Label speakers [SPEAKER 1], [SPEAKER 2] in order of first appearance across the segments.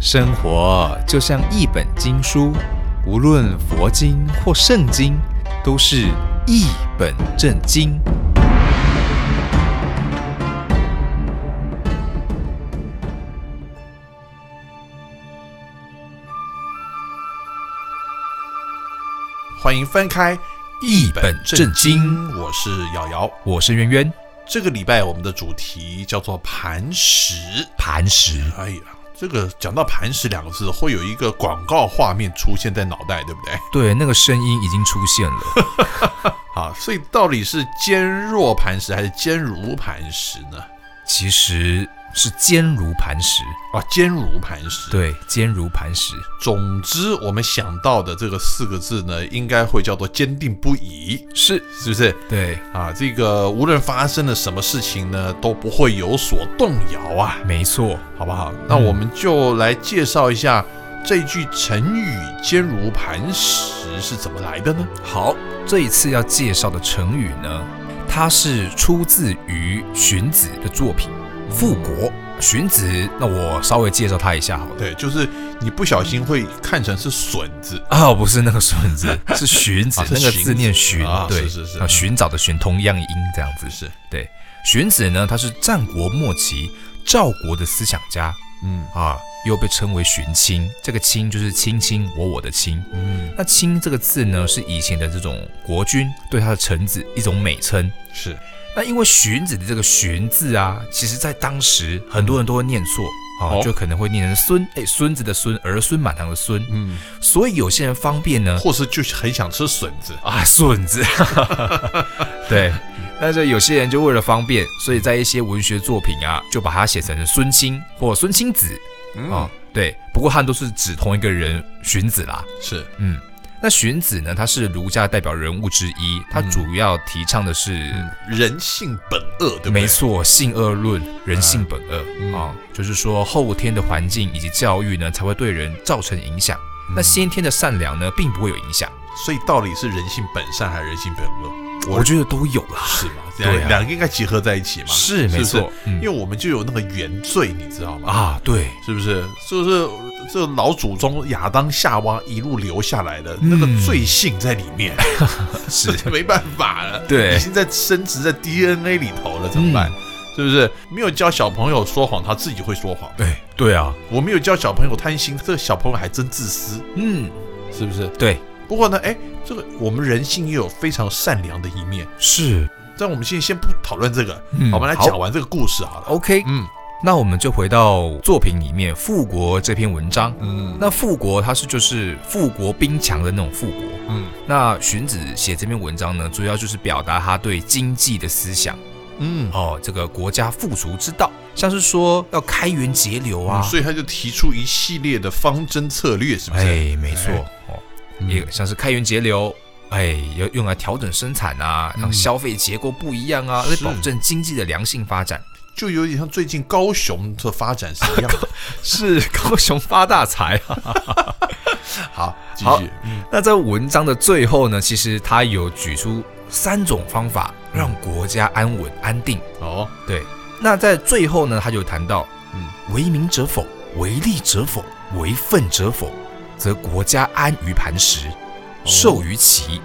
[SPEAKER 1] 生活就像一本经书，无论佛经或圣经，都是一本正经。
[SPEAKER 2] 欢迎翻开《
[SPEAKER 1] 一本正经》，
[SPEAKER 2] 我是瑶瑶。
[SPEAKER 1] 我是圆圆，
[SPEAKER 2] 这个礼拜我们的主题叫做磐石。
[SPEAKER 1] 磐石
[SPEAKER 2] 哎呀，这个讲到磐石两个字，会有一个广告画面出现在脑袋，对不对？
[SPEAKER 1] 对那个声音已经出现了，
[SPEAKER 2] 啊，所以到底是坚若磐石还是坚如磐石呢？
[SPEAKER 1] 其实是坚如磐石，
[SPEAKER 2] 啊，坚如磐石。，
[SPEAKER 1] 对，坚如磐石，
[SPEAKER 2] 总之我们想到的这个四个字呢，应该会叫做坚定不移，
[SPEAKER 1] 是
[SPEAKER 2] 是不是？
[SPEAKER 1] 对，
[SPEAKER 2] 啊，这个无论发生了什么事情呢，都不会有所动摇啊。
[SPEAKER 1] 没错，
[SPEAKER 2] 好不好？那我们就来介绍一下这句成语“坚如磐石”是怎么来的呢？
[SPEAKER 1] 好，这一次要介绍的成语呢，它是出自于荀子的作品《复国》。荀子，那我稍微介绍他一下好了。
[SPEAKER 2] 对，就是你不小心会看成是笋子，
[SPEAKER 1] 哦，不是那个荀 子，是荀子，
[SPEAKER 2] 啊是
[SPEAKER 1] 那个
[SPEAKER 2] 荀
[SPEAKER 1] 字念
[SPEAKER 2] 子
[SPEAKER 1] 荀，
[SPEAKER 2] 啊
[SPEAKER 1] 对，
[SPEAKER 2] 是是是
[SPEAKER 1] 啊寻找的寻，同样音这样子。
[SPEAKER 2] 是，
[SPEAKER 1] 对，荀子呢，他是战国末期赵国的思想家
[SPEAKER 2] 嗯
[SPEAKER 1] 啊，又被称为荀卿。这个卿就是卿卿我我的卿。
[SPEAKER 2] 嗯，
[SPEAKER 1] 那卿这个字呢，是以前的这种国君对他的臣子一种美称。
[SPEAKER 2] 是
[SPEAKER 1] 那因为荀子的这个荀字啊，其实在当时很多人都会念错。啊，
[SPEAKER 2] 哦
[SPEAKER 1] 就可能会念成孙，哎，孙子的孙，儿孙满堂的孙，
[SPEAKER 2] 嗯，
[SPEAKER 1] 所以有些人方便呢，
[SPEAKER 2] 或是就是很想吃笋子，
[SPEAKER 1] 啊，笋子， 对。但是有些人就为了方便，所以在一些文学作品啊，就把它写成孙卿或孙卿子
[SPEAKER 2] 嗯
[SPEAKER 1] 啊、对，不过汉都是指同一个人荀子啦。
[SPEAKER 2] 是
[SPEAKER 1] 嗯，那荀子呢，他是儒家代表人物之一，他主要提倡的是，
[SPEAKER 2] 人性本恶，对不对？
[SPEAKER 1] 没错，性恶论，人性本恶啊、
[SPEAKER 2] 嗯
[SPEAKER 1] 就是说后天的环境以及教育呢，才会对人造成影响。那先天的善良呢，并不会有影响。
[SPEAKER 2] 所以到底是人性本善还是人性本恶？
[SPEAKER 1] 我觉得都有啦。
[SPEAKER 2] 是吗？
[SPEAKER 1] 对啊
[SPEAKER 2] 两两个应该结合在一起嘛？
[SPEAKER 1] 是没
[SPEAKER 2] 不
[SPEAKER 1] 错嗯
[SPEAKER 2] 因为我们就有那个原罪，你知道吗？
[SPEAKER 1] 啊，对，
[SPEAKER 2] 是不是？就是这老祖宗亚当夏娃一路留下来的、那
[SPEAKER 1] 嗯
[SPEAKER 2] 个罪性在里面，
[SPEAKER 1] 是
[SPEAKER 2] 没办法了，
[SPEAKER 1] 对嗯
[SPEAKER 2] 已经在升值在 DNA 里头了，怎么办？是不是没有教小朋友说谎，他自己会说谎？
[SPEAKER 1] 对对啊，
[SPEAKER 2] 我没有教小朋友贪心，这个小朋友还真自私，
[SPEAKER 1] 嗯，
[SPEAKER 2] 是不是？
[SPEAKER 1] 对，
[SPEAKER 2] 不过呢，哎，这个我们人性也有非常善良的一面。
[SPEAKER 1] 是
[SPEAKER 2] 但我们现在先不讨论这个，
[SPEAKER 1] 嗯
[SPEAKER 2] 我们来
[SPEAKER 1] 好
[SPEAKER 2] 讲完这个故事好了。
[SPEAKER 1] OK。
[SPEAKER 2] 嗯
[SPEAKER 1] 那我们就回到作品里面《复国》这篇文章。
[SPEAKER 2] 嗯
[SPEAKER 1] 那复国它是就是富国兵强的那种富国。
[SPEAKER 2] 嗯
[SPEAKER 1] 那荀子写这篇文章呢，主要就是表达他对经济的思想
[SPEAKER 2] 嗯，
[SPEAKER 1] 哦，这个国家富足之道，像是说要开源节流啊。
[SPEAKER 2] 所以他就提出一系列的方针策略，是不是？
[SPEAKER 1] 哎，没错
[SPEAKER 2] 哎
[SPEAKER 1] 哦，
[SPEAKER 2] 嗯
[SPEAKER 1] 也像是开源节流。哎，要用来调整生产啊，让
[SPEAKER 2] 嗯
[SPEAKER 1] 消费结构不一样啊，来
[SPEAKER 2] 是
[SPEAKER 1] 保证经济的良性发展。
[SPEAKER 2] 就有点像最近高雄的发展是一样的。
[SPEAKER 1] 是高雄发大财啊！
[SPEAKER 2] 好，继
[SPEAKER 1] 好
[SPEAKER 2] 续。嗯
[SPEAKER 1] 那在文章的最后呢，其实他有举出三种方法让国家安稳安定。
[SPEAKER 2] 哦，
[SPEAKER 1] 对，那在最后呢，他就谈到，
[SPEAKER 2] 嗯，
[SPEAKER 1] 为民者否，为利者否，为愤者否，则国家安于磐石，
[SPEAKER 2] 哦
[SPEAKER 1] 受于其。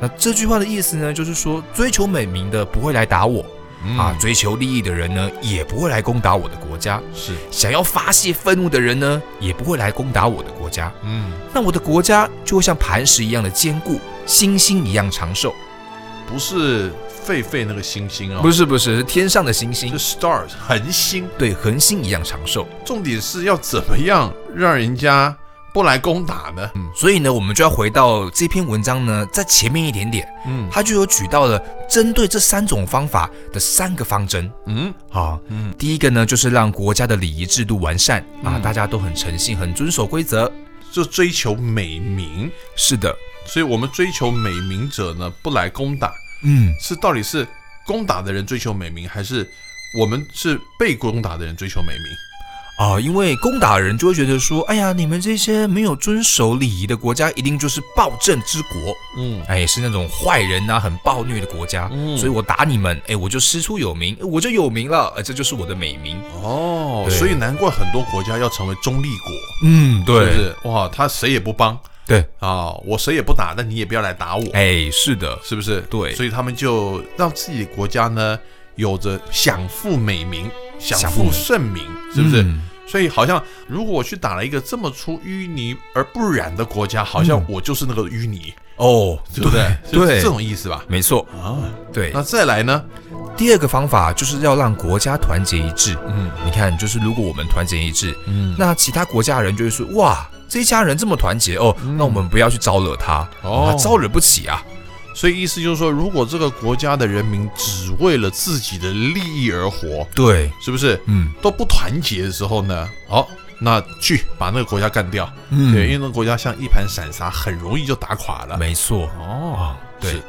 [SPEAKER 1] 那这句话的意思呢，就是说追求美名的不会来打我、
[SPEAKER 2] 嗯
[SPEAKER 1] 啊，追求利益的人呢，也不会来攻打我的国家。
[SPEAKER 2] 是，
[SPEAKER 1] 想要发泄愤怒的人呢，也不会来攻打我的国家。
[SPEAKER 2] 嗯，
[SPEAKER 1] 那我的国家就会像磐石一样的坚固，星星一样长寿。
[SPEAKER 2] 不是狒狒那个星星哦，
[SPEAKER 1] 不
[SPEAKER 2] 是，
[SPEAKER 1] 是不是，是天上的星星
[SPEAKER 2] 是，star 恒星。
[SPEAKER 1] 对，恒星一样长寿。
[SPEAKER 2] 重点是要怎么样让人家不来攻打呢？嗯
[SPEAKER 1] 所以呢，我们就要回到这篇文章呢，在前面一点点，
[SPEAKER 2] 嗯
[SPEAKER 1] 它就有举到了针对这三种方法的三个方针。
[SPEAKER 2] 嗯
[SPEAKER 1] 啊，
[SPEAKER 2] 嗯
[SPEAKER 1] 第一个呢，就是让国家的礼仪制度完善啊，
[SPEAKER 2] 嗯
[SPEAKER 1] 大家都很诚信，很遵守规则。
[SPEAKER 2] 就追求美名。
[SPEAKER 1] 是的，
[SPEAKER 2] 所以我们追求美名者呢，不来攻打，
[SPEAKER 1] 嗯，
[SPEAKER 2] 是到底是攻打的人追求美名，还是我们是被攻打的人追求美名？
[SPEAKER 1] 啊、因为攻打人就会觉得说，哎呀，你们这些没有遵守礼仪的国家，一定就是暴政之国，
[SPEAKER 2] 嗯
[SPEAKER 1] 哎，是那种坏人呐、很暴虐的国家，
[SPEAKER 2] 嗯
[SPEAKER 1] 所以我打你们，哎，我就师出有名，我就有名了，哎，这就是我的美名。
[SPEAKER 2] 哦，
[SPEAKER 1] 对
[SPEAKER 2] 所以难怪很多国家要成为中立国，
[SPEAKER 1] 嗯，对，
[SPEAKER 2] 是不是？哇，他谁也不帮
[SPEAKER 1] 对，
[SPEAKER 2] 啊，我谁也不打，那你也不要来打我，
[SPEAKER 1] 哎，是的，
[SPEAKER 2] 是不是？
[SPEAKER 1] 对
[SPEAKER 2] 所以他们就让自己的国家呢有着享负美名，享
[SPEAKER 1] 享负
[SPEAKER 2] 负
[SPEAKER 1] 美
[SPEAKER 2] 盛名，是不是？
[SPEAKER 1] 嗯
[SPEAKER 2] 所以好像如果我去打了一个这么出淤泥而不染的国家，好像我就是那个淤泥，
[SPEAKER 1] 哦，
[SPEAKER 2] 对不对？就
[SPEAKER 1] 嗯
[SPEAKER 2] 是
[SPEAKER 1] 对
[SPEAKER 2] 这种意思吧？
[SPEAKER 1] 没错，
[SPEAKER 2] 啊，
[SPEAKER 1] 对
[SPEAKER 2] 那。再来呢？
[SPEAKER 1] 第二个方法就是要让国家团结一致。
[SPEAKER 2] 嗯
[SPEAKER 1] 你看，就是如果我们团结一致，
[SPEAKER 2] 嗯，
[SPEAKER 1] 那其他国家的人就会说：哇，这一家人这么团结哦，那我们不要去招惹他，
[SPEAKER 2] 嗯哦
[SPEAKER 1] 哦，招惹不起啊。
[SPEAKER 2] 所以意思就是说，如果这个国家的人民只为了自己的利益而活，
[SPEAKER 1] 对，
[SPEAKER 2] 是不是
[SPEAKER 1] 嗯
[SPEAKER 2] 都不团结的时候呢？好，那去把那个国家干掉。
[SPEAKER 1] 嗯
[SPEAKER 2] 对，因为那个国家像一盘散沙，很容易就打垮了。
[SPEAKER 1] 没错。
[SPEAKER 2] 哦，
[SPEAKER 1] 对
[SPEAKER 2] 是，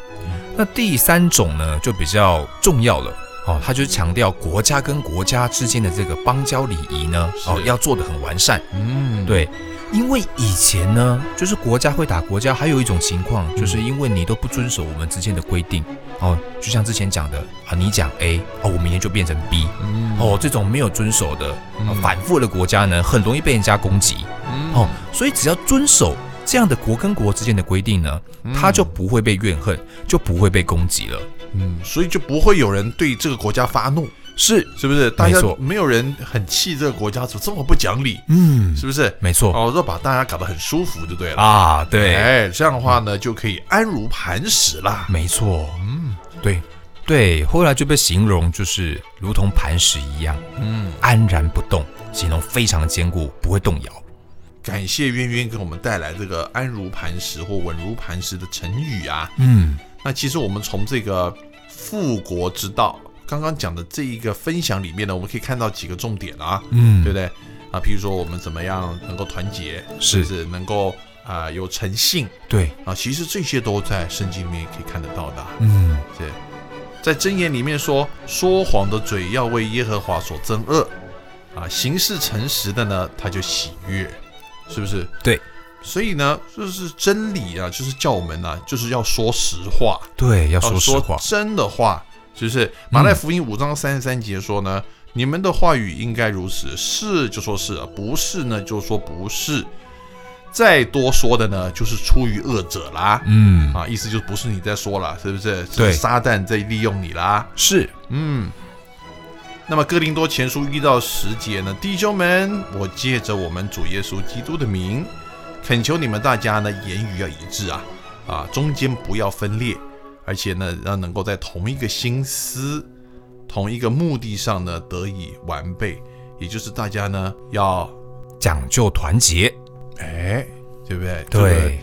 [SPEAKER 1] 那第三种呢，就比较重要了。哦，
[SPEAKER 2] 嗯
[SPEAKER 1] 他就强调国家跟国家之间的这个邦交礼仪呢，
[SPEAKER 2] 是
[SPEAKER 1] 哦，要做得很完善。
[SPEAKER 2] 嗯，
[SPEAKER 1] 对，因为以前呢，就是国家会打国家，还有一种情况，就是
[SPEAKER 2] 嗯
[SPEAKER 1] 因为你都不遵守我们之间的规定，哦，就像之前讲的啊，你讲 A，哦，我明天就变成 B，
[SPEAKER 2] 嗯，
[SPEAKER 1] 哦，这种没有遵守的、啊
[SPEAKER 2] 嗯
[SPEAKER 1] 反复的国家呢，很容易被人家攻击，
[SPEAKER 2] 嗯
[SPEAKER 1] 哦，所以只要遵守这样的国跟国之间的规定呢，他就不会被怨恨，就不会被攻击了。
[SPEAKER 2] 嗯，所以就不会有人对这个国家发怒，
[SPEAKER 1] 是，
[SPEAKER 2] 是不是？大家
[SPEAKER 1] 没错
[SPEAKER 2] 没有人很气这个国家怎么这么不讲理，
[SPEAKER 1] 嗯，
[SPEAKER 2] 是不是？
[SPEAKER 1] 没错
[SPEAKER 2] 哦，要把大家搞得很舒服就对了。
[SPEAKER 1] 啊，对，
[SPEAKER 2] 哎，这样的话呢，就可以安如磐石啦。
[SPEAKER 1] 没错，
[SPEAKER 2] 嗯
[SPEAKER 1] 对对，后来就被形容就是如同磐石一样
[SPEAKER 2] 嗯，
[SPEAKER 1] 安然不动，形容非常坚固，不会动摇。
[SPEAKER 2] 感谢渊渊给我们带来这个安如磐石或稳如磐石的成语啊。
[SPEAKER 1] 嗯，
[SPEAKER 2] 那其实我们从这个复国之道刚刚讲的这一个分享里面呢，我们可以看到几个重点啊，
[SPEAKER 1] 嗯
[SPEAKER 2] 对不对？啊，譬如说我们怎么样能够团结，
[SPEAKER 1] 是
[SPEAKER 2] 是能够啊、有诚信
[SPEAKER 1] 对，
[SPEAKER 2] 啊，其实这些都在圣经里面可以看得到的啊、
[SPEAKER 1] 嗯，
[SPEAKER 2] 对，在箴言里面说，说谎的嘴要为耶和华所憎恶，啊，行事诚实的呢，他就喜悦，是不是？
[SPEAKER 1] 对，
[SPEAKER 2] 所以呢，就是真理啊，就是叫我们啊，就是要说实话，
[SPEAKER 1] 对，要
[SPEAKER 2] 要
[SPEAKER 1] 说实话，
[SPEAKER 2] 啊真的话，是不是？马太福音五章三十三节说呢，你们的话语应该如此，是就说是，不是呢就说不是，再多说的呢，就是出于恶者啦。
[SPEAKER 1] 嗯，
[SPEAKER 2] 啊，意思就不是你在说了，是不是？
[SPEAKER 1] 对
[SPEAKER 2] 是撒旦在利用你啦。
[SPEAKER 1] 是，
[SPEAKER 2] 嗯。那么哥林多前书一到十节呢，弟兄们，我借着我们主耶稣基督的名，恳求你们大家呢言语要一致啊，啊，中间不要分裂，而且呢，要能够在同一个心思、同一个目的上呢得以完备，也就是大家呢要
[SPEAKER 1] 讲究团结，
[SPEAKER 2] 哎，对不对？这个
[SPEAKER 1] 对，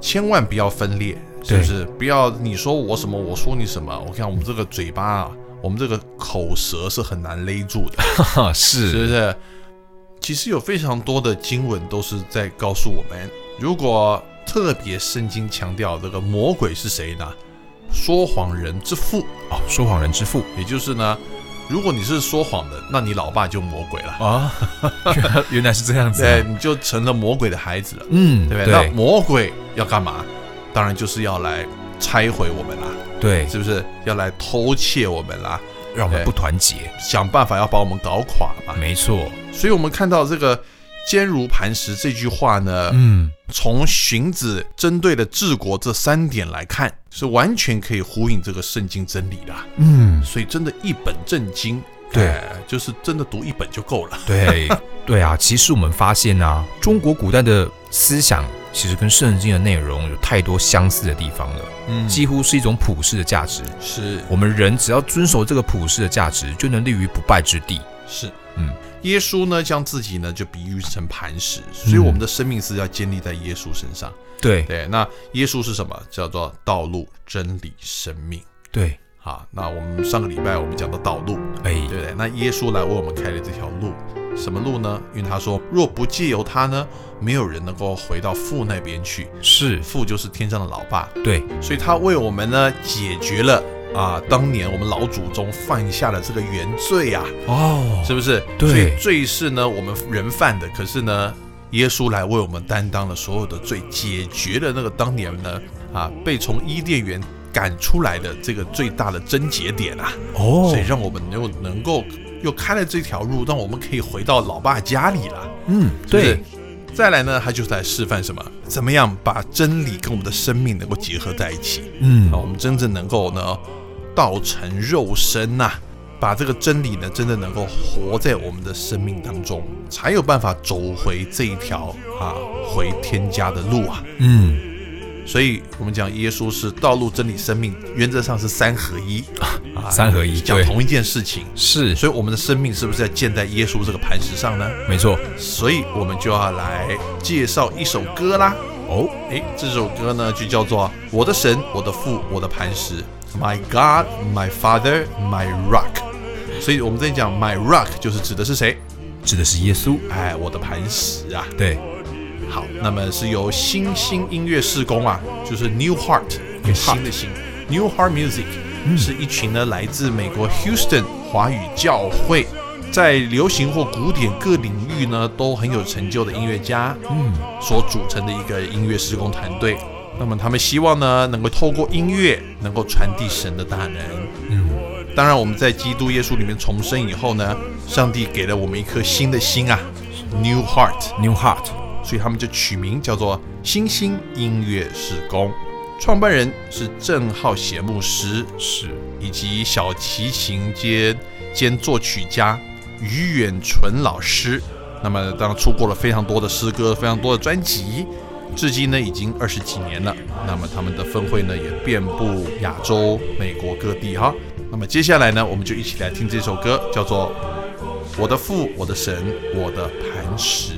[SPEAKER 2] 千万不要分裂，是不
[SPEAKER 1] 对
[SPEAKER 2] 是？不要你说我什么，我说你什么。我看我们这个嘴巴啊，我们这个口舌是很难勒住的，
[SPEAKER 1] 哈
[SPEAKER 2] 是不
[SPEAKER 1] 是，
[SPEAKER 2] 是？其实有非常多的经文都是在告诉我们，如果特别圣经强调这个魔鬼是谁呢？说谎人之父，
[SPEAKER 1] 哦，说谎人之父
[SPEAKER 2] 也就是呢，如果你是说谎的，那你老爸就魔鬼了，
[SPEAKER 1] 啊，原来 原来是这样子啊，
[SPEAKER 2] 哦对，你就成了魔鬼的孩子了，
[SPEAKER 1] 嗯，
[SPEAKER 2] 对不对？那
[SPEAKER 1] 对
[SPEAKER 2] 魔鬼要干嘛？当然就是要来拆毁我们啦、
[SPEAKER 1] 对，
[SPEAKER 2] 是不是要来偷窃我们啦？
[SPEAKER 1] 让我们
[SPEAKER 2] 对啊
[SPEAKER 1] 不团结，
[SPEAKER 2] 想办法要把我们搞垮嘛？
[SPEAKER 1] 没错，
[SPEAKER 2] 所以，我们看到这个“坚如磐石”这句话呢，
[SPEAKER 1] 嗯，
[SPEAKER 2] 从荀子针对的治国这三点来看，是完全可以呼应这个圣经真理的啊。
[SPEAKER 1] 嗯，
[SPEAKER 2] 所以，真的一本正经，
[SPEAKER 1] 对
[SPEAKER 2] 哎就是真的读一本就够了。
[SPEAKER 1] 对 对啊，其实我们发现啊，中国古代的思想其实跟圣经的内容有太多相似的地方了，
[SPEAKER 2] 嗯
[SPEAKER 1] 几乎是一种普世的价值。
[SPEAKER 2] 是
[SPEAKER 1] 我们人只要遵守这个普世的价值，就能立于不败之地。
[SPEAKER 2] 是，
[SPEAKER 1] 嗯。
[SPEAKER 2] 耶稣呢，将自己呢就比喻成磐石，所以
[SPEAKER 1] 嗯
[SPEAKER 2] 我们的生命是要建立在耶稣身上。
[SPEAKER 1] 对
[SPEAKER 2] 对，那耶稣是什么？叫做道路、真理、生命。
[SPEAKER 1] 对，
[SPEAKER 2] 好，那我们上个礼拜我们讲到道路，
[SPEAKER 1] 哎
[SPEAKER 2] 对，不对？那耶稣来为我们开了这条路，什么路呢？因为他说，若不借由他呢，没有人能够回到父那边去。
[SPEAKER 1] 是，
[SPEAKER 2] 父就是天上的老爸，
[SPEAKER 1] 对，
[SPEAKER 2] 所以他为我们呢解决了啊，当年我们老祖宗犯下的这个原罪啊，
[SPEAKER 1] 哦，
[SPEAKER 2] 是不是？
[SPEAKER 1] 对
[SPEAKER 2] 所以罪是呢我们人犯的，可是呢，耶稣来为我们担当了所有的罪，解决了那个当年呢啊被从伊甸园赶出来的这个最大的症结点啊，
[SPEAKER 1] 哦
[SPEAKER 2] 所以，让我们又能够又开了这条路，让我们可以回到老爸家里了。
[SPEAKER 1] 嗯，
[SPEAKER 2] 是不是
[SPEAKER 1] 对，。
[SPEAKER 2] 再来呢，他就是来示范什么，怎么样把真理跟我们的生命能够结合在一起，
[SPEAKER 1] 嗯
[SPEAKER 2] 啊，，我们真正能够呢道成肉身呐、把这个真理呢真的能够活在我们的生命当中，才有办法走回这一条啊回天家的路啊。
[SPEAKER 1] 嗯，
[SPEAKER 2] 所以我们讲耶稣是道路、真理、生命，原则上是三合一 啊
[SPEAKER 1] 三合一
[SPEAKER 2] 讲
[SPEAKER 1] 对
[SPEAKER 2] 同一件事情。
[SPEAKER 1] 是，
[SPEAKER 2] 所以我们的生命是不是要建在耶稣这个磐石上呢？
[SPEAKER 1] 没错，
[SPEAKER 2] 所以我们就要来介绍一首歌啦。
[SPEAKER 1] 哦，
[SPEAKER 2] 诶，这首歌呢就叫做《我的神，我的父，我的磐石》，My God, My Father, My Rock。所以我们在讲 My Rock 就是指的是谁？
[SPEAKER 1] 指的是耶稣，
[SPEAKER 2] 哎，我的磐石啊。
[SPEAKER 1] 对，
[SPEAKER 2] 好，那么是由新兴音乐施工啊，就是 New Heart，给
[SPEAKER 1] New
[SPEAKER 2] 嗯新的新 New Heart Music，、是一群呢来自美国 Houston 华语教会，在流行或古典各领域呢都很有成就的音乐家，嗯，所组成的一个音乐施工团队。那么他们希望呢，能够透过音乐，能够传递神的大能，当然，我们在基督耶稣里面重生以后呢，上帝给了我们一颗新的心啊，New Heart，
[SPEAKER 1] New Heart，
[SPEAKER 2] 所以他们就取名叫做新兴音乐事工。创办人是郑浩写牧师，
[SPEAKER 1] 是，
[SPEAKER 2] 以及小提琴兼兼作曲家于远纯老师。那么，当然出过了非常多的诗歌，非常多的专辑，至今呢已经二十几年了。那么他们的分会呢也遍布亚洲、美国各地哈。那么接下来呢，我们就一起来听这首歌，叫做《我的父，我的神，我的磐石》。